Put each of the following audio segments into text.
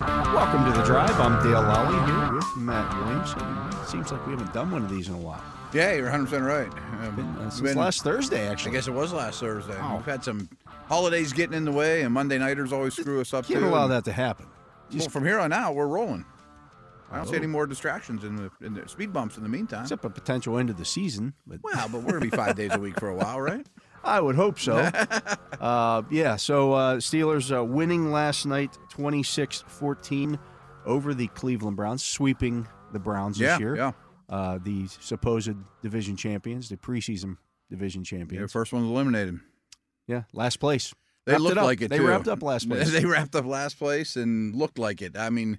Welcome to the drive. I'm Dale Lally here with Matt Williamson. Seems like we haven't done one of these in a while. Yeah, you're 100 percent right. Um, Been, uh, since been- last Thursday, I actually. guess it was last Thursday. Oh. We've had some holidays getting in the way, and Monday nighters always screw us up. Can't too. allow that to happen. Well, Just from here on out, we're rolling. I don't see Oh. any more distractions in the, in the speed bumps in the meantime. except a potential end of the season. But Wow, but we're gonna be five days a week for a while, right? I would hope so. uh, yeah, so uh, Steelers uh, winning last night 26 14 over the Cleveland Browns, sweeping the Browns yeah, this year. yeah. Uh, the supposed division champions, the preseason division Yeah, champions. first one's eliminated. Yeah, last place. They Wrapped looked it up. like it. They too. wrapped up last place. they wrapped up last place and looked like it. I mean,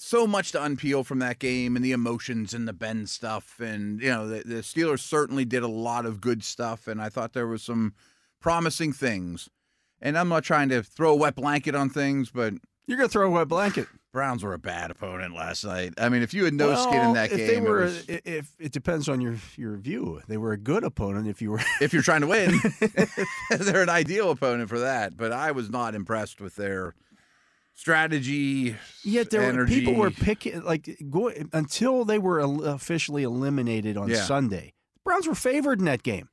so much to unpeel from that game and the emotions and the Ben stuff. And, you know, the, the Steelers certainly did a lot of good stuff. And I thought there was some promising things. And I'm not trying to throw a wet blanket on things, but You're going to throw a wet blanket. Browns were a bad opponent last night. I mean, if you had no skin Well, in that if game, They it were, was- i- if it depends on your your view, they were a good opponent. If you were, if you're trying to win, they're an ideal opponent for that. But I was not impressed with their strategy. yet there were people energy. were picking like go, until they were el- officially eliminated on Yeah. Sunday. The Browns were favored in that game.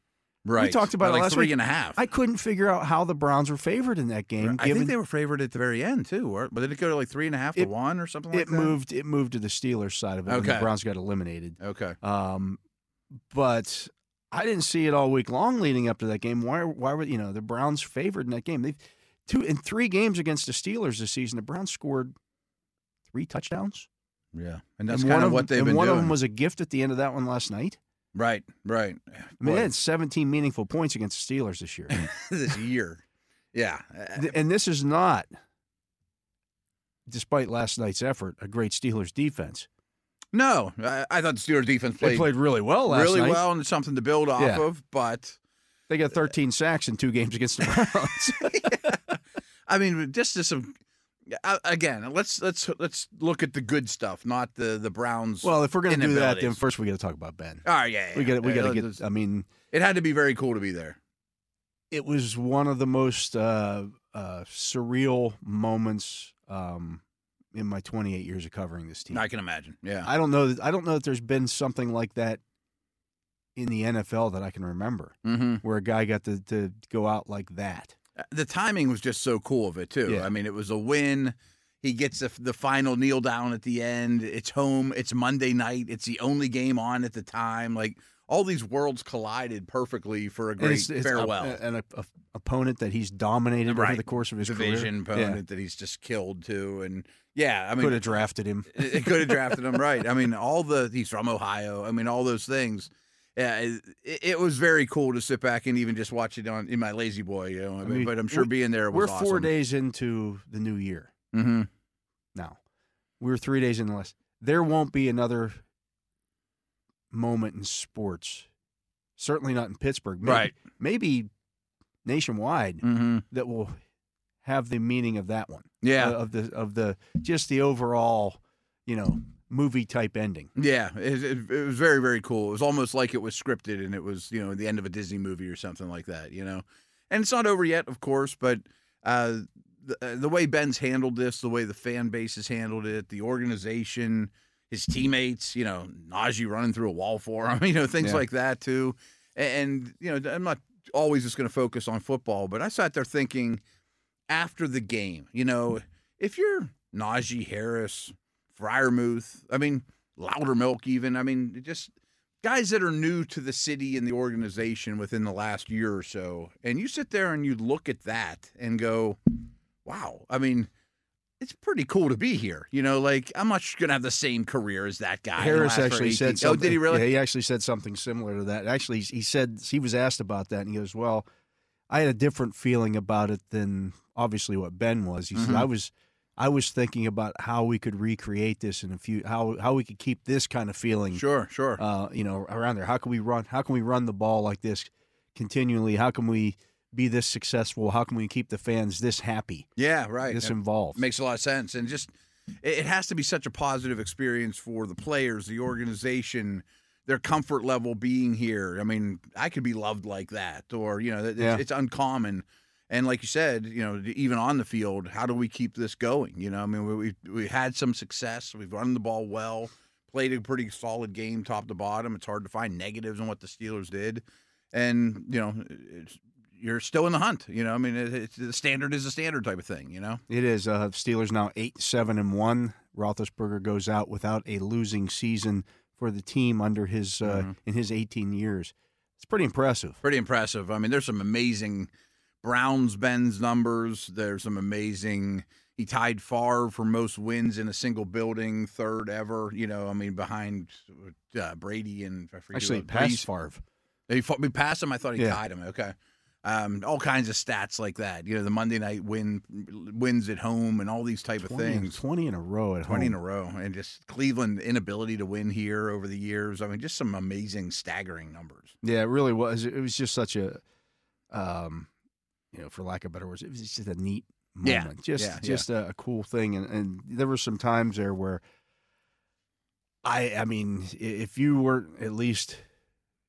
Right. talked about By it like last three week. and a half. I couldn't figure out how the Browns were favored in that game. I given think they were favored at the very end too, or but did it go to like three and a half to It- one or something like it that? moved it moved to the Steelers side of it when the Okay. Browns got eliminated. Okay. Um, but I didn't see it all week long leading up to that game. Why? Why were you know the Browns favored in that game? They've two in three games against the Steelers this season. The Browns scored three touchdowns. Yeah. And that's and one kind of what them- they've and been one doing. of them was a gift at the end of that one last night. right. Right. I mean, Boy, they had 17 meaningful points against the Steelers this year, this year. Yeah. Uh, Th- and this is not, despite last night's effort, a great Steelers defense. No, I, I thought the Steelers defense They played, played really well last really night. well, and it's something to build off Yeah. of. But They got 13 sacks in two games against the Browns. I mean, just is some. I- Again, let's let's let's look at the good stuff, not the the Browns. Well, if we're going to do that, then Inabilities. first we got to talk about Ben. all right, yeah, yeah, We got we yeah. got to Uh, get. I mean, It had to be very cool to be there. it was one of the most uh, uh, surreal moments um, in my 28 years of covering this team. I can imagine. Yeah, I don't know. That, I don't know that there's been something like that in the NFL that I can remember, mm-hmm. where a guy got to, to go out like that. the timing was just so cool of it too. Yeah. I mean, it was a win. He gets the, the final kneel down at the end. It's home. It's Monday night. It's the only game on at the time. Like all these worlds collided perfectly for a And great it's- it's uh, a- farewell. and a, a- opponent that he's dominated over Right. the course of his Division career. Yeah. opponent that he's just killed too. And yeah, I mean, could have drafted him. it could have drafted him right. I mean, all the he's from Ohio. I mean, all those things. Yeah, it, it was very cool to sit back and even just watch it on in my lazy boy. You know, I mean, mean, but I'm sure we- being there We're was four days into the new year. Mm-hmm. now. We're three days in the list. There won't be another moment in sports, certainly not in Pittsburgh, maybe, Right. Maybe nationwide Mm-hmm. that will have the meaning of that one. Yeah, uh, of the of the just the overall, you know, movie type ending. Yeah, it, it, it was very very cool. It was almost like it was scripted, and it was you know the end of a Disney movie or something like that. You know, and it's not over yet, of course, but uh, the, uh, the way Ben's handled this, the way the fan base has handled it, the organization, his teammates, you know, Najee running through a wall for him, you know, things Yeah. like that too. A- And, you know, I'm not always just going to focus on football, but I sat there thinking after the game, you know, if you're Najee Harris, Fryermuth, I mean, Loudermilk, even, I mean, just guys that are new to the city and the organization within the last year or so, and you sit there and you look at that and go, wow, I mean, it's pretty cool to be here. You know, like I'm not going to have the same career as that guy. and Harris last for actually 18 said something. Oh, did he really? Yeah, he actually said something similar to that. Actually, he said he was asked about that, and he goes, "Well, I had a different feeling about it than obviously what Ben was." He Mhm. said, "I was, I was thinking about how we could recreate this in a few, how how we could keep this kind of feeling, Sure, sure. uh, you know, around there. How can we run? How can we run the ball like this continually? How can we be this successful? How can we keep the fans this happy, yeah, right. this That involved? makes a lot of sense. And just it, it has to be such a positive experience for the players, the organization, their comfort level being here. I mean, I could be loved like that, or you know, that- it's, Yeah. it's uncommon. And like you said, you know, even on the field, how do we keep this going? You know, I mean, we we, we had some success. We've run the ball well, played a pretty solid game, top to bottom. It's hard to find negatives on what the Steelers did, and you know, it's, you're still in the hunt. You know, I mean, it, it's, the standard is the standard type of thing. You know. It is. Uh, Steelers now eight, seven, and one. Roethlisberger goes out without a losing season for the team under his uh, Mhm. in his 18 years. It's pretty impressive. pretty impressive. I mean, there's some amazing Browns Ben's numbers. There's some amazing. He tied Favre for most wins in a single building, third ever. You know, I mean, behind uh, Brady and I forget who Actually, else, past Brees. Favre. He fought me past him. I thought he Yeah. tied him. Okay. Um, all kinds of stats like that. You know, the Monday night win wins at home and all these type of 20, in- things. 20 in a row at 20 home. in a row and just Cleveland inability to win here over the years. I mean, just some amazing staggering numbers. Yeah, it really was. It was just such a, um, you know, for lack of better words, it was just a neat Yeah, moment. Just yeah, yeah. just A, a cool thing. And and there were some times there where I I mean, i- if you weren't at least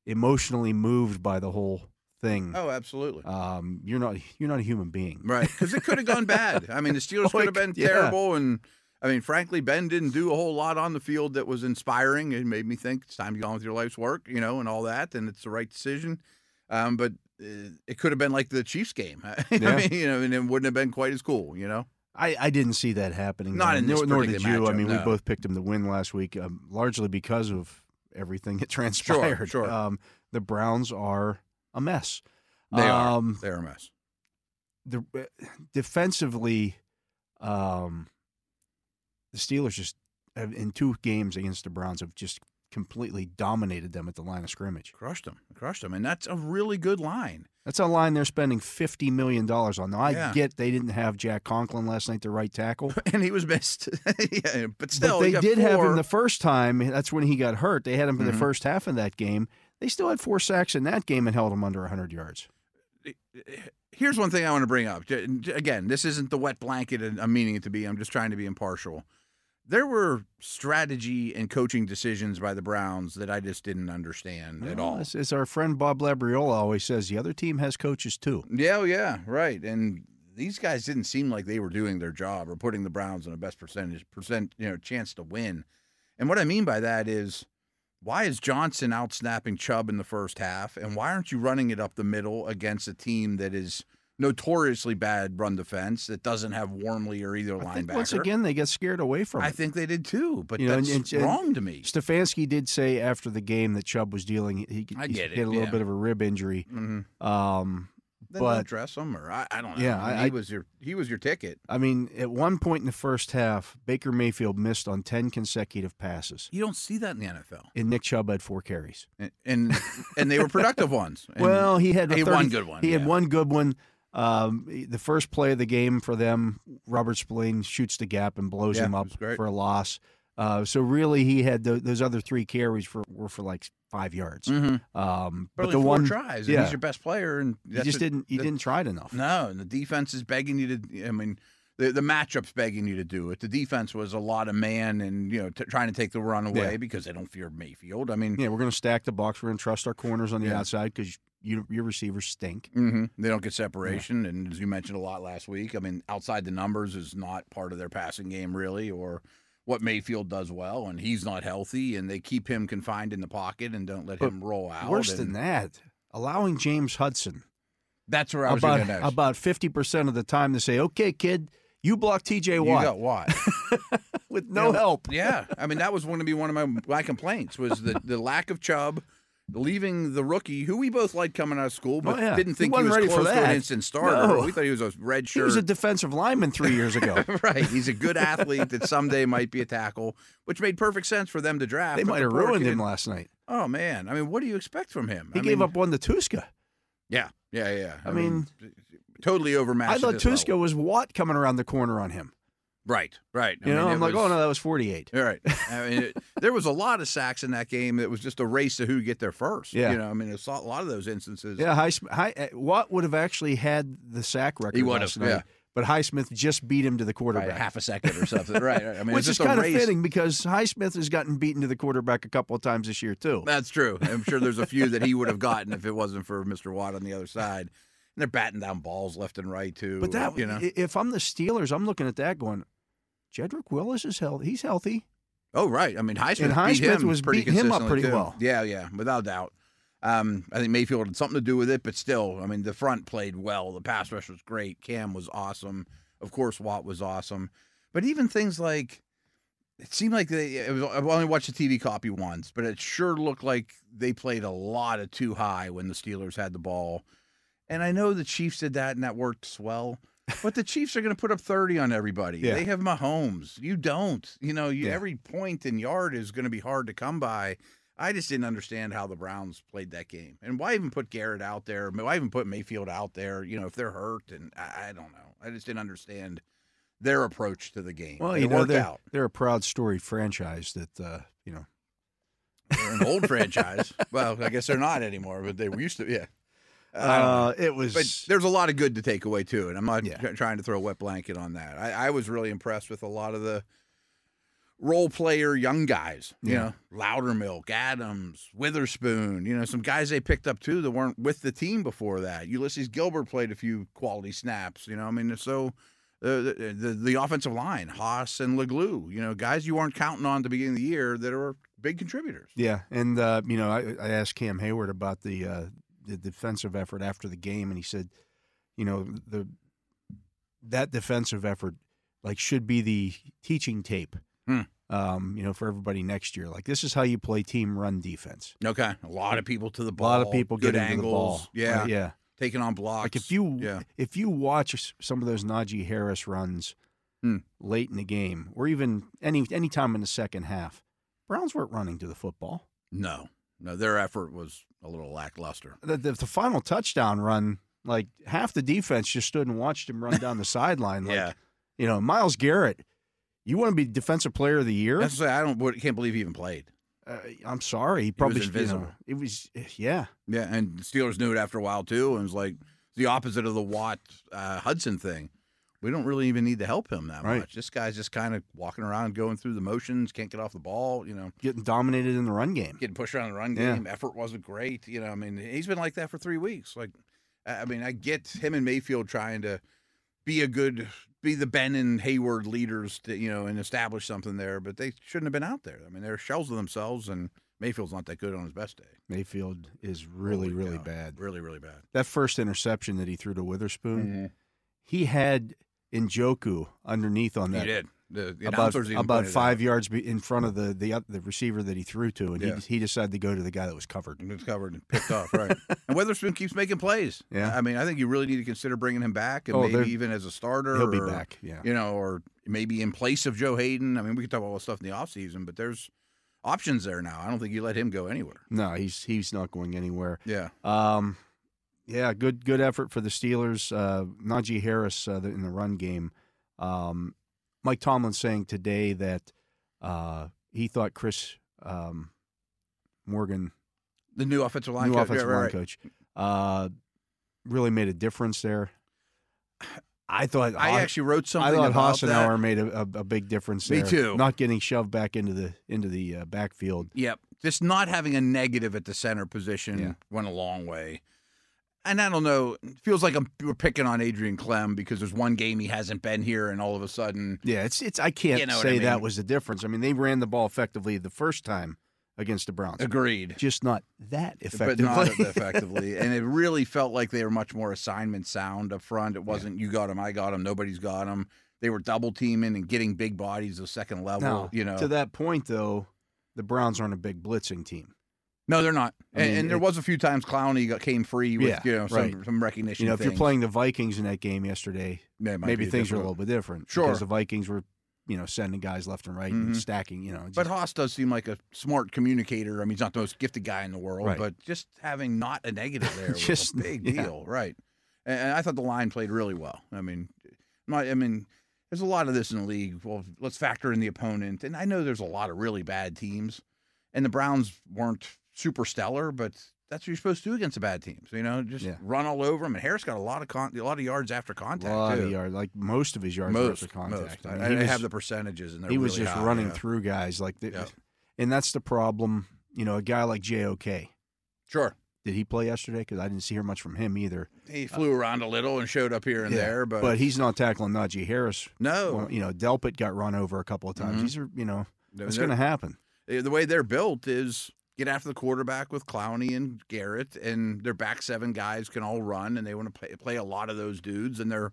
emotionally moved by the whole thing, Oh, absolutely. um, you're not you're not a human being. Right. Because it could have gone bad. I mean, the Steelers could have Like, been yeah. terrible. And I mean, frankly, Ben didn't do a whole lot on the field that was inspiring. It made me think it's time to go on with your life's work, you know, and all that. And it's the right decision. Um, but uh, it could have been like the Chiefs game. Yeah. I mean, you know, and it wouldn't have been quite as cool, you know? I, I didn't see that happening. Not though. in this nor, nor did particular you. I matchup, mean, we no. both picked him to win last week, um, largely because of everything that transpired. sure. Um, the Browns are a mess. They are. um, They're a mess. The, uh, defensively, um, the Steelers just have- in two games against the Browns have just completely dominated them at the line of scrimmage. Crushed them. Crushed them. And that's a really good line. That's a line they're spending fifty million dollars on. Now I Yeah. get they didn't have Jack Conklin last night, the right tackle. And he was missed. yeah, but still, but he they got did have four. him the first time. That's when he got hurt. They had him for the Mhm. first half of that game. They still had four sacks in that game and held him under 100 yards. here's one thing I want to bring up. J- j- Again, this isn't the wet blanket and I'm meaning it to be. I'm just trying to be impartial. There were strategy and coaching decisions by the Browns that I just didn't understand at Well, all. As, as our friend Bob Labriola always says, the other team has coaches too. Yeah, oh, yeah, right. And these guys didn't seem like they were doing their job or putting the Browns in a best percentage percent, you know, chance to win. And what I mean by that is why is Johnson out snapping Chubb in the first half and why aren't you running it up the middle against a team that is notoriously bad run defense that doesn't have Warmly or either I linebacker? think once again they get scared away from I it. think they did too, but You know, and- that's and- and- wrong to me. Stefanski did say after the game that Chubb was dealing. He, he, I he get it, had a little yeah. bit of a rib injury. Mhm. Um, Then But- don't dress him, or I, I don't know. Yeah, I mean, I- he I- was your he was your ticket. I mean, at one point in the first half, Baker Mayfield missed on 10 consecutive passes, You don't see that in the NFL, and Nick Chubb had four carries. and and, and they were productive ones. And- Well, he had a He had one 30 good one, He had yeah. one good one. Um, the first play of the game for them, Robert Spillane shoots the gap and blows Yeah, him it up was great. for a loss. Uh, so really, he had tho- those other three carries for were for like five yards. Mhm. Um, but But, only the four one tries, and yeah. he's your best player, and he that's just what- didn't he that- didn't try it enough. No, and the defense is begging you to. I mean, the the matchup's begging you to do it. The defense was a lot of man, and you know, t- trying to take the run away Yeah. because they don't fear Mayfield. I mean, Yeah, we're gonna stack the box. We're gonna trust our corners on the Yeah. outside because you, your receivers stink. mhm, they don't get separation, and as you mentioned a lot last week, I mean, outside the numbers is not part of their passing game really, or. What Mayfield does well, and he's not healthy, and they keep him confined in the pocket and don't let But him roll out. Worse and than that, allowing James Hudson That's where I was about going next. about fifty percent of the time to say, "Okay, kid, you block T.J. you Watt got Watt. with no You know, help." yeah, I mean that was going to be one of my my complaints was the the lack of Chubb, leaving the rookie who we both liked coming out of school, but Oh, yeah. didn't He think he, wasn't was ready for close to that. an instant starter. No. We thought he was a red He shirt. was a defensive lineman three years ago. right, he's a good athlete that someday might be a tackle, which made perfect sense for them to draft. they but might the have poor ruined him kid- last night. Oh man, I mean, what do you expect from him? He I gave mean, up one to Tuska. Yeah, yeah, yeah. I totally overmatched. I at thought this Tuska level. was Watt coming around the corner on him. Right, right. You know, mean, it I'm like, was- oh no, that was 48. All right. I mean, it, there was a lot of sacks in that game. It was just a race to who get there first. Yeah. You know, I mean, it's a lot of those instances. Yeah, Highsmith. High, uh, Watt would have actually had the sack record. He would last have, night, yeah. But Highsmith just beat him to the By quarterback, half a second or something. right, right. I mean, which it's is just a kind of race. fitting because Highsmith has gotten beaten to the quarterback a couple of times this year too. That's true. I'm sure there's a few that he would have gotten if it wasn't for Mr. Watt on the other side. And they're batting down balls left and right too. But that, you know. i- if I'm the Steelers, I'm looking at that going, Jedrick Willis is healthy. He's healthy. Oh, right. I mean, Highsmith, And beat Highsmith him was pretty beating him up consistently, pretty too. well. Yeah, yeah, without doubt. Um, I think Mayfield had something to do with it, but still, I mean, the front played well. The pass rush was great. Cam was awesome. Of course, Watt was awesome. But even things like it seemed like they. It was, I've only watched the TV copy once, but it sure looked like they played a lot of too high when the Steelers had the ball. And I know the Chiefs did that, and that works well. But the Chiefs are going to put up 30 on everybody. Yeah. They have Mahomes. You don't. You know, you, Yeah. every point and yard is going to be hard to come by. I just didn't understand how the Browns played that game. And why even put Garrett out there? Why even put Mayfield out there? You know, if they're hurt, and I, I don't know. I just didn't understand their approach to the game. Well, it you know, worked they're, out. they're a proud storied franchise that, uh, you know, They're an old franchise. Well, I guess they're not anymore, but they used to. Yeah. I don't know. uh, it was. but there's a lot of good to take away too, and I'm not Yeah. tr- trying to throw a wet blanket on that. I, I was really impressed with a lot of the role player young guys. You Yeah. know, Loudermilk, Adams, Witherspoon. You know, some guys they picked up too that weren't with the team before that. Ulysses Gilbert played a few quality snaps. You know, I mean, so. The, the the- the offensive line, Haas and Leglue, you know, guys you weren't counting on at the beginning of the year that are big contributors. Yeah, and uh, you know, I, I asked Cam Hayward about the uh, the defensive effort after the game, and he said, you know, the that defensive effort like should be the teaching tape, Hmm. um, you know, for everybody next year. Like this is how you play team run defense. Okay, a lot of people to the A ball. lot of people good get into the angles. ball. Yeah, right? yeah. taking on blocks. Like if you yeah. if you watch s- some of those Najee Harris runs Hmm. late in the game, or even any any time in the second half, Browns weren't running to the football. No, no, their effort was a little lackluster. the, the, the final touchdown run, like half the defense just stood and watched him run down the sideline. Like, Yeah. you know, Miles Garrett, you want to be defensive player of the year? That's why I don't would- can't believe he even played. uh, I'm sorry, he probably was should- you know, invisible. it was yeah, Yeah, and the Steelers knew it after a while too, and it was like the opposite of the Watt uh, Hudson thing. We don't really even need to help him that Right. much. This guy's just kind of walking around, going through the motions, can't get off the ball. You know, getting dominated in the run game. getting pushed around the run Yeah. game. Effort wasn't great. You know, I mean, he's been like that for three weeks. Like, I I mean, I get him and Mayfield trying to be a good, be the Ben and Hayward leaders, to, you know, and establish something there, but they shouldn't have been out there. I mean, they're shells of themselves, and Mayfield's not that good on his best day. Mayfield is really Holy really cow. bad. Really, really bad. That first interception that he threw to Witherspoon, Mm-hmm. he had Njoku underneath on He that. did. The, the About, announcers even about pointed it five yards be- in front of the the, oth- the receiver that he threw to, and Yeah. he, he decided to go to the guy that was covered. It's covered and picked off, right? and Weatherspoon keeps making plays. Yeah. I mean, I think you really need to consider bringing him back, and Oh, they're- maybe even as a starter. He'll be or- back. Yeah, you know, or maybe in place of Joe Hayden. I mean, we could talk about all this stuff in the offseason, but there's options there now. I don't think you let him go anywhere. No, he's he's not going anywhere. Yeah. Um, yeah, good good effort for the Steelers. Uh, Najee Harris uh, the- in the run game. Um, Mike Tomlin saying today that uh, he thought Chris um, Morgan, The new offensive line new coach. offensive yeah, right, line right. coach, uh, really made a difference there. I thought I Hos- actually wrote I something thought about that. Hassanauer made a, a, a big difference Me there. too. Not getting shoved back into the into the uh, backfield. Yep. Just not having a negative at the center position Yeah. went a long way. And I don't know, it feels like I'm we're picking on Adrian Clem because there's one game he hasn't been here and all of a sudden Yeah, it's it's. I can't You know what I say that mean. was the difference. I mean, they ran the ball effectively the first time against the Browns, agreed. just not that effectively. But not effectively. and it really felt like they were much more assignment sound up front. It wasn't you got him, I got him, nobody's got him. They were double teaming and getting big bodies of second level. Now, you know, to that point though, the Browns aren't a big blitzing team. no, they're not. I and, mean, and there it- was a few times Clowney got, came free with Yeah, you know some, right. some recognition. You know, if you're things. playing the Vikings in that game yesterday, Yeah, it might maybe be things are a different. little bit different. Sure. because the Vikings were, you know, sending guys left and right and Mhm. stacking. You know, just, But Haas does seem like a smart communicator. I mean, he's not the most gifted guy in the world, Right. but just having not a negative there was Just- a big yeah. deal, right? And, and I thought the line played really well. I mean, my, I mean, there's a lot of this in the league. Well, let's factor in the opponent. And I know there's a lot of really bad teams, and the Browns weren't super stellar, but that's what you're supposed to do against the bad teams. You know, just Yeah. run all over them. And Harris got a lot of con- a lot of yards after contact. a lot too. of yards, like most of his yards were most, after contact. most. I mean, I, he I was- have the percentages, and they're he was really just high, running yeah. through guys like the, Yeah. and that's the problem. You know, a guy like JOK. Did Sure, he play yesterday? Because I didn't see hear much from him either. he flew around a little and showed up here and Uh, Yeah, there, but, But he's not tackling Najee Harris. no, Well, you know, Delpit got run over a couple of times. Mhm. These are, you know, no, it's they're- going to happen. they- the way they're built is get after the quarterback with Clowney and Garrett, and their back seven guys can all run, and they want to play, play a lot of those dudes, and they're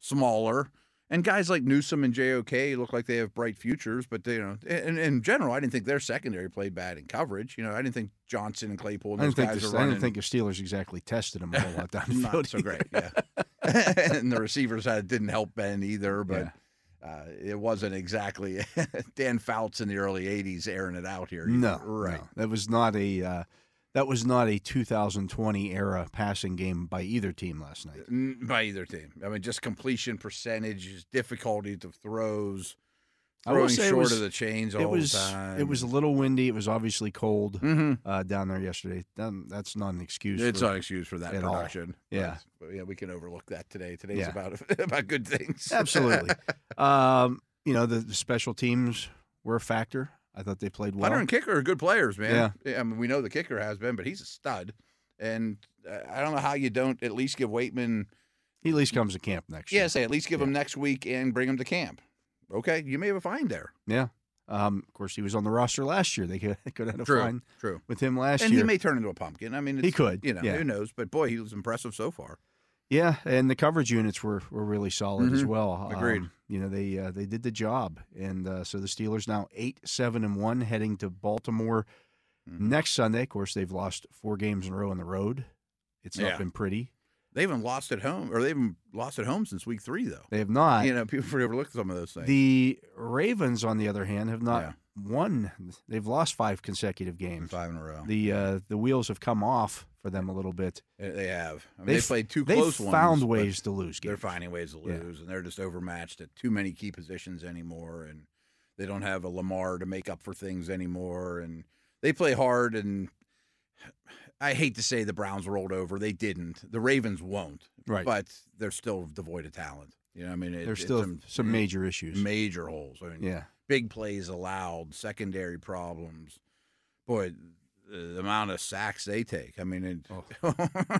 smaller. And guys like Newsom and JOK look like they have bright futures, but they, you know, in, in general, I didn't think their secondary played bad in coverage. You know, I didn't think Johnson and Claypool and I those didn't, think guys the, are I running. didn't think the Steelers exactly tested him a whole lot downfield. not so great. Yeah, and the receivers had, didn't help Ben either, but uh, it wasn't exactly Dan Fouts in the early '80s airing it out here. either. No, right. no. that was not a uh, that was not a 2020 era passing game by either team last night. N- by either team. I mean, just completion percentages, difficulty of throws, I will throwing say it short was- of the chains It all was the time. it was a little windy. It was obviously cold Mm-hmm. uh, down there yesterday. Um, that's not an excuse. It's for, not an excuse for that at all. production. Yeah. but, but yeah, we can overlook that today. Today's Yeah. about about good things. absolutely. um, you know the, the special teams were a factor. I thought they played well. Punter and kicker are good players, man. I mean, we know the kicker has been, but he's a stud. And uh, I don't know how you don't at least give Waitman, He at least comes to camp next year. yeah, say at least give him next week and bring him to camp. Okay, you may have a fine there. Um, of course, he was on the roster last year. They could, they could have a True, fine true. with him last and year. he may turn into a pumpkin. I mean, it's, He could, you know, yeah. who knows? But boy, he was impressive so far. Yeah, and the coverage units were were really solid as Mhm. well. Agreed. Um, you know they uh, they did the job, and uh, so the Steelers now eight seven and one heading to Baltimore Mhm. next Sunday. Of course, they've lost four games in a row on the road. It's not Yeah. been pretty. They haven't lost at home, or they haven't lost at home since week three, though. They have not. you know, people forget overlook some of those things. the Ravens, on the other hand, have not Yeah. won. They've lost five consecutive In games. five in a row. The uh, the wheels have come off for them a little bit. They- they have. I mean, They they, f- played two They've close found ones. but ways to lose games. They're finding ways to Yeah. lose, and they're just overmatched at too many key positions anymore, and they don't have a Lamar to make up for things anymore, and they play hard. And I hate to say the Browns rolled over; they didn't. The Ravens won't, Right. but they're still devoid of talent. You know, I mean, it, There's it's still some, some major issues. major holes. I mean, yeah. big plays allowed, secondary problems. Boy, the amount of sacks they take. I mean, it,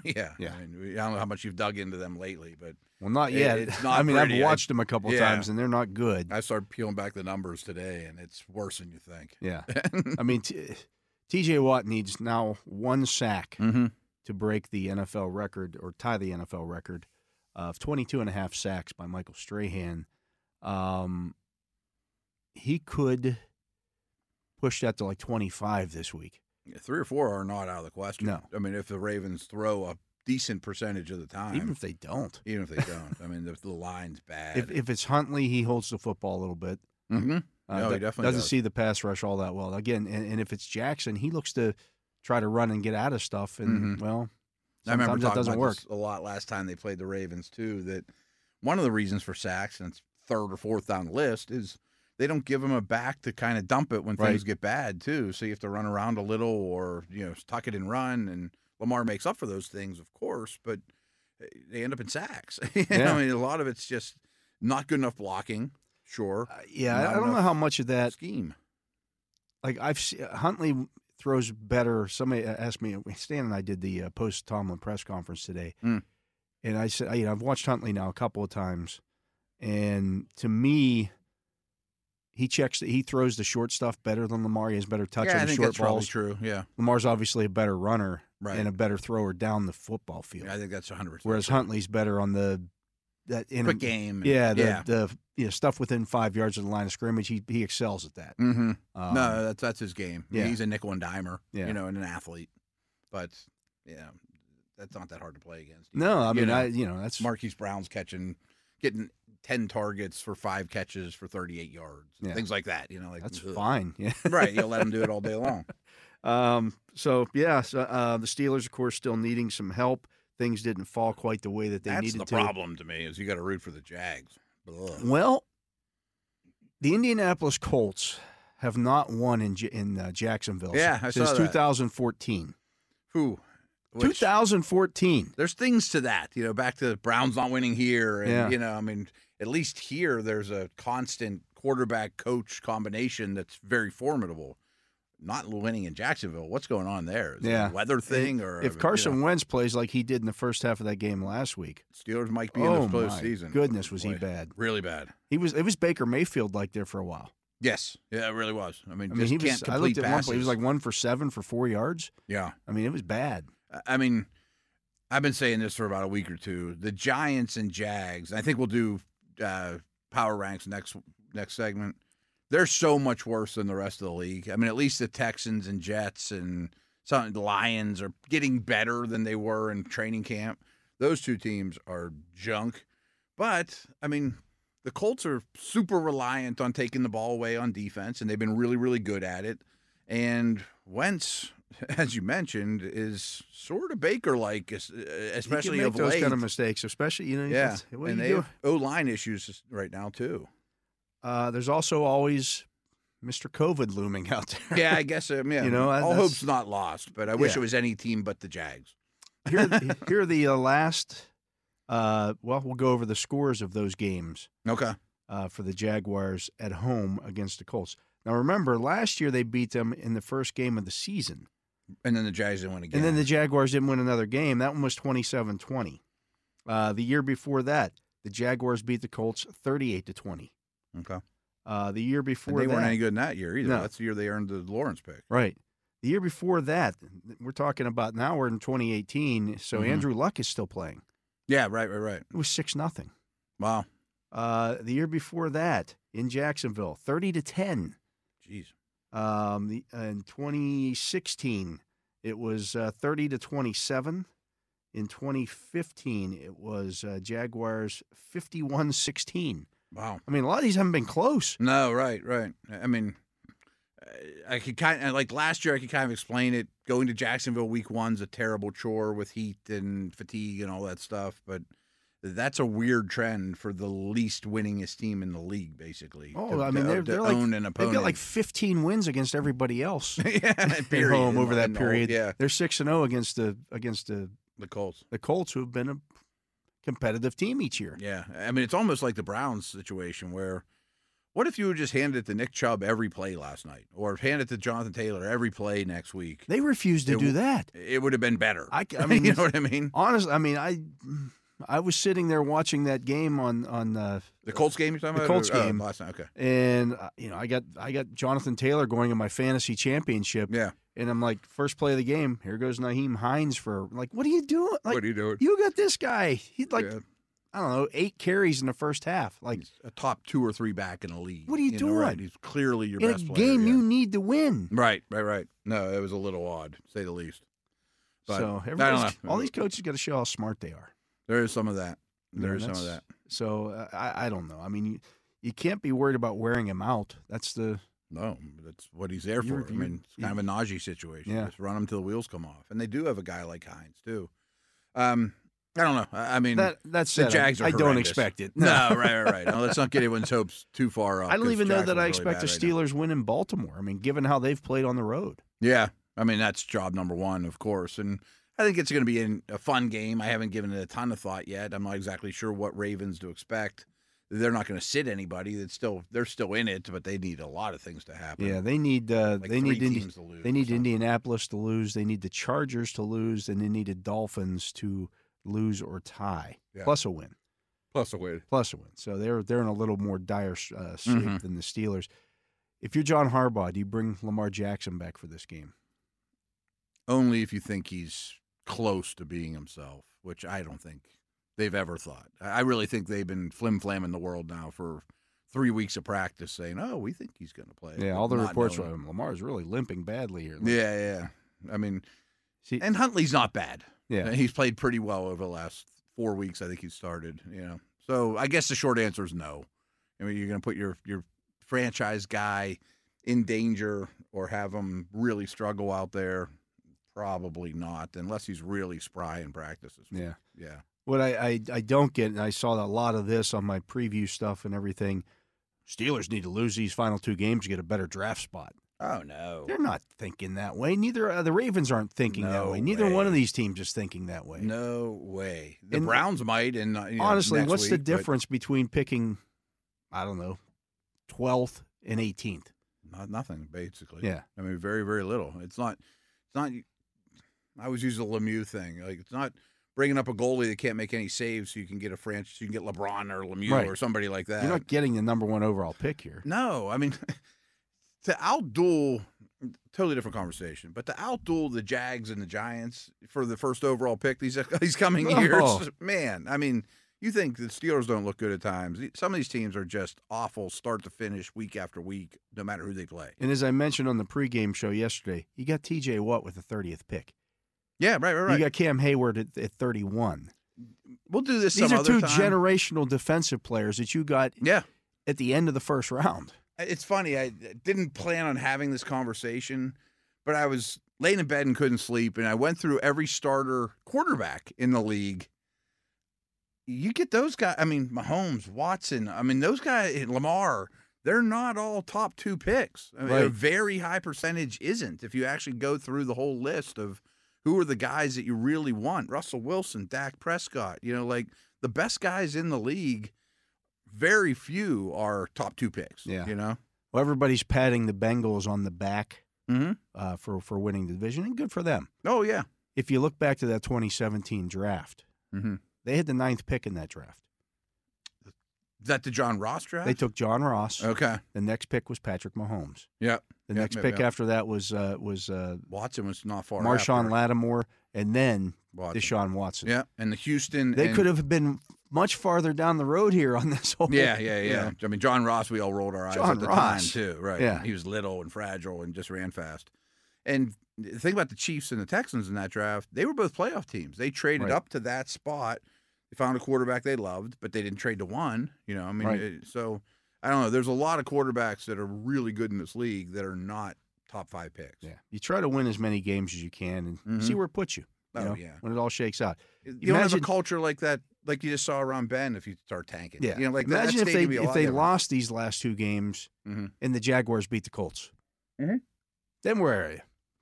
yeah, Yeah. I, mean, we- I don't know how much you've dug into them lately, but Well, not It- yet. it's not I mean, I've pretty. I- watched them a couple yeah. times, and they're not good. I started peeling back the numbers today, and it's worse than you think. yeah. I mean, t- T.J. Watt needs now one sack Mm-hmm. to break the NFL record or tie the NFL record of 22 and a half sacks by Michael Strahan. Um, he could push that to like 25 this week. Three or four are not out of the question. No. I mean, if the Ravens throw a decent percentage of the time, Even even, if they don't. if they don't, I mean, if the line's bad, If, if it's Huntley, he holds the football a little bit. Uh, hmm No, he do- definitely doesn't does. see the pass rush all that well. Again, and, and if it's Jackson, he looks to try to run and get out of stuff, and well, Mm-hmm. I remember sometimes that talking doesn't about work. this a lot last time they played the Ravens too. That one of the reasons for sacks and it's third or fourth down the list is they don't give them a back to kind of dump it when Right. things get bad too. So you have to run around a little or you know tuck it and run. And Lamar makes up for those things, of course, but eh, they end up in sacks. You know, Yeah. I mean a lot of it's just not good enough blocking. Sure, Uh, yeah, I- Not I don't know enough. how much of that. scheme. Like I've se- uh, Huntley throws better. Somebody asked me. Stan and I did the uh, post Tomlin press conference today, Mm. and I said, I- you know, I've watched Huntley now a couple of times, and to me. He checks that he throws the short stuff better than Lamar. He has better touch yeah, on I the think short that's probably balls. true. Yeah, Lamar's obviously a better runner Right. and a better thrower down the football field. I think that's hundred percent. Whereas Huntley's better on the that in, quick game. and- Yeah, the, yeah. the you know, stuff within five yards of the line of scrimmage, he he excels at that. Mm-hmm. Um, no, that's that's his game. I mean, yeah. He's a nickel and dimer, Yeah. you know, and an athlete. But yeah, that's not that hard to play against. either, no, I you mean, know. I you know that's Marquise Brown's catching, getting ten targets for five catches for thirty-eight yards, and Yeah. things like that. You know, like that's ugh. fine. Yeah. right? You'll let him do it all day long. Um. So yeah. So uh, the Steelers, of course, still needing some help. Things didn't fall quite the way that they that's needed the to. problem to me is you got to root for the Jags. Ugh. Well, the Indianapolis Colts have not won in J- in uh, Jacksonville Yeah, I since saw that. 2014. Who? Which- 2014. there's things to that, you know, back to Browns not winning here. And, Yeah. you know, I mean, at least here, there's a constant quarterback coach combination that's very formidable. Not winning in Jacksonville. What's going on there? Is Yeah. it a weather thing or If you Carson know, Wentz plays like he did in the first half of that game last week, Steelers might be oh in the my postseason. goodness, was he Boy, bad? Really bad. He was. It was Baker Mayfield like there for a while. Yes. Yeah, it really was. I mean, I just mean, he can't was. I complete looked at one passes. play. He was like one for seven for four yards. yeah. I mean, it was bad. I- I mean, I've been saying this for about a week or two. The Giants and Jags. I think we'll do uh, power ranks next next segment. They're so much worse than the rest of the league. I mean, at least the Texans and Jets and some the Lions are getting better than they were in training camp. Those two teams are junk. But I mean, the Colts are super reliant on taking the ball away on defense, and they've been really, really good at it. And Wentz, as you mentioned, is sort of Baker like, especially he can make of those late. kind of mistakes, especially you know. yeah, it's- What and do they you do? have O line issues right now too. Uh, there's also always Mr. COVID looming out there. Yeah, I guess. Um, yeah, You know, that- all that's- hope's not lost, but I wish Yeah. it was any team but the Jags. here, are the- here are the uh, last. Uh, well, we'll go over the scores of those games Okay. uh, for the Jaguars at home against the Colts. Now, remember, last year they beat them in the first game of the season, And then the Jags didn't win again. and then the Jaguars didn't win another game. That one was 27 20. Uh, the year before that, the Jaguars beat the Colts 38 to 20. okay. Uh, the year And before they that, weren't any good in that year either. No. That's the year they earned the Lawrence pick. Right. The year before that, we're talking about now we're in 2018. So Mhm. Andrew Luck is still playing. Yeah. Right. Right. Right. It was six nothing. Wow. Uh, the year before that in Jacksonville, 30 to 10. Jeez. Um, the, in 2016, it was uh, 30 to 27. In 2015, it was uh, Jaguars 51 16. Wow. I mean, a lot of these haven't been close. No, right, right. I mean, I- I could kind of like last year. I could kind of explain it. Going to Jacksonville week one's a terrible chore with heat and fatigue and all that stuff. But that's a weird trend for the least winningest team in the league, basically. Oh, I mean, they're- to they're like- own an They've opponent. got like 15 wins against everybody else at yeah, period, home in- over that in all- period. yeah, They're 6 and 0 against the against the the Colts. the Colts, who have been a competitive team each year. Yeah, I mean, it's almost like the Browns situation where. What if you would just hand it to Nick Chubb every play last night, or hand it to Jonathan Taylor every play next week? They refused It to do w- that. It would have been better. I c- I mean, you know what I mean? Honestly, I mean, I I was sitting there watching that game on on uh, The Colts game you're talking The about? or- Colts oh, game. last night. Okay. and uh, you know I got I got Jonathan Taylor going in my fantasy championship, Yeah. and I'm like first play of the game, here goes Naheem Hines for like what are you doing? Like what are you doing? you got this guy, he like Yeah, I don't know eight carries in the first half, like he's a top two or three back in the league. What are you know, right? doing? He's clearly your in a best player. game yeah. you need to win. Right, right, right. No, it was a little odd, to say the least. But so I don't everybody's- know. all these coaches got to show how smart they are. There is some of that. You There know, is some of that's- that. So uh, I, I don't know. I mean, you, you can't be worried about wearing him out. That's the No, that's what he's there You're- for. I you're- mean, it's kind of a Najee situation. Yeah. Just run him till the wheels come off. And they do have a guy like Hines, too. Um, I don't know. I, I mean, that that's the Jags are I, I don't horrendous. expect it. no, right, right, right. No, let's not get anyone's hopes too far up. I don't Oh, 'cause even know Jacksonville's that I really expect bad the right now. Steelers win in Baltimore. I mean, given how they've played on the road, Yeah, I mean that's job number one, of course, and I think it's going to be an, a fun game. I haven't given it a ton of thought yet. I'm not exactly sure what Ravens to expect. They're not going to sit anybody. That's still they're still in it, but they need a lot of things to happen. yeah, they need uh, like they three need Indi- teams to lose. they or need something. Indianapolis to lose, they need the Chargers to lose, and they need the Dolphins to lose or tie, Yeah. plus a win. plus a win. plus a win. So they're they're in a little more dire uh, shape Mhm. than the Steelers. If you're John Harbaugh, do you bring Lamar Jackson back for this game? Only if you think he's close to being himself, which I don't think they've ever thought. I I really think they've been flim flamming the world now for three weeks of practice, saying, "Oh, we think he's going to play." Yeah, but all the not reports were knowing. him. Lamar is really limping badly here. Yeah, yeah. I mean, See, And Huntley's not bad. Uh, Yeah. He's played pretty well over the last four weeks. I think he started, you know. So I guess the short answer is no. I mean, you're going to put your, your franchise guy in danger or have him really struggle out there? Probably not, unless he's really spry in practices. yeah. Yeah. What I, I I don't get, and I saw a lot of this on my preview stuff and everything. Steelers need to lose these final two games to get a better draft spot. Oh no. They're not thinking that way. Neither uh, the Ravens aren't thinking that No way. Neither one way. of these teams is thinking that way. No way. The And- Browns might, and uh, you know, Honestly, next what's the week, but difference between picking, I don't know, twelfth and eighteenth? Not nothing, basically. Yeah. I mean, very, very little. It's not. It's not. I always use the Lemieux thing. Like, it's not bringing up a goalie that can't make any saves, so you can get a French, so you can get LeBron or Lemieux Right. or somebody like that. You're not getting the number one overall pick here. No, I mean, to outduel, totally different conversation, but to outduel the Jags and the Giants for the first overall pick these these coming No. years, man, I mean, you think the Steelers don't look good at times. Some of these teams are just awful start to finish, week after week, no matter who they play. And as I mentioned on the pregame show yesterday, you got T.J. Watt with the thirtieth pick. Yeah, right, right, right. You got Cam Hayward at, at thirty-one. we'll do this. These some are other two time. generational defensive players that you got Yeah, at the end of the first round. it's funny. I didn't plan on having this conversation, but I was laying in bed and couldn't sleep, and I went through every starter quarterback in the league. You get those guys. I mean, Mahomes, Watson. I mean, those guys, Lamar. They're not all top two picks. I mean, A Right. very high percentage isn't. If you actually go through the whole list of who are the guys that you really want, Russell Wilson, Dak Prescott. You know, like the best guys in the league. Very few are top two picks. Yeah. you know. Well, everybody's patting the Bengals on the back Mm-hmm. uh, for for winning the division, and good for them. Oh yeah. If you look back to that 2017 draft, Mm-hmm. they had the ninth pick in that draft. Is that the John Ross draft? They took John Ross. Okay. The next pick was Patrick Mahomes. Yeah. The Yeah, next yeah, pick yeah. after that was uh, was uh, Watson was not far. Marshawn after Lattimore, and then Watson. Deshaun Watson. Yeah, and the Houston. They and- could have been much farther down the road here on this whole. Yeah, yeah, you yeah. know. I mean, John Ross. We all rolled our eyes John at the Ross. time too, right? Yeah. he was little and fragile and just ran fast. And the thing about the Chiefs and the Texans in that draft, they were both playoff teams. They traded Right. up to that spot. They found a quarterback they loved, but they didn't trade to one. You know, I mean, Right. it- so I don't know. There's a lot of quarterbacks that are really good in this league that are not top five picks. Yeah. You try to win as many games as you can and Mhm. see where it puts you. you Oh know, yeah. When it all shakes out. You don't have a Imagine- culture like that, like you just saw around Ben. If you start tanking, Yeah. you know, like imagine that, if they if they lost these last two games Mhm. and the Jaguars beat the Colts. Mhm. Then where are you?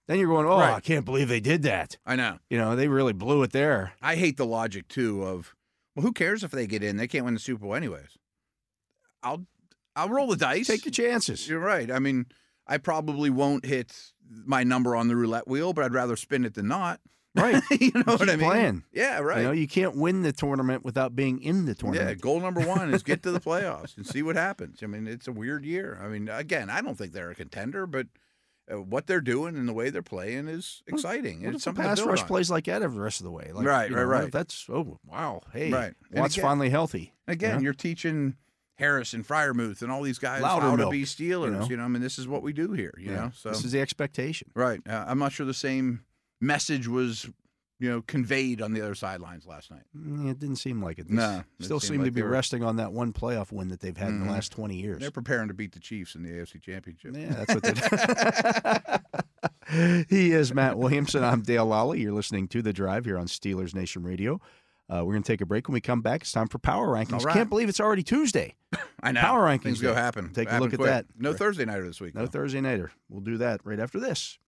Then you're going, oh, Right. I can't believe they did that. I know. You know, they really blew it there. I hate the logic too of, well, who cares if they get in? They can't win the Super Bowl anyways. I'll I'll roll the dice. Take your chances. You're right. I mean, I probably won't hit my number on the roulette wheel, but I'd rather spin it than not. Right. you know what Keep I mean? playing. Yeah, right. You know, you can't win the tournament without being in the yeah, tournament. goal number one is get to the playoffs and see what happens. I mean, it's a weird year. I mean, again, I don't think they're a contender, but uh, what they're doing and the way they're playing is What- exciting. What and if it's the something to pass build rush on. plays like that every rest of the way? Like, Right, you right, know, what right. if That's oh wow, hey, Right. And Watt's again- finally healthy. Yeah. Again, you're teaching Harris and Fryermuth and all these guys how to Loudermilk, be Steelers. You know? know? I mean, this is what we do here. You Yeah. know, so This is the expectation. right. Uh, I'm not sure the same message was, you know, conveyed on the other sidelines last night. Mm, It didn't seem like it. They No, it still seemed seem like to they be were- resting on that one playoff win that they've had in Mhm. the last 20 years. They're preparing to beat the Chiefs in the AFC Championship. Yeah, that's what they He is Matt Williamson. I'm Dale Lally. You're listening to The Drive here on Steelers Nation Radio. Uh, we're going to take a break. When we come back, it's time for Power Rankings. All right. Can't believe it's already Tuesday. I know. Power rankings Things go day. happen. Take a Happen look at quick. that. No Right. Thursday nighter this week. No though. Thursday Nighter. We'll do that right after this.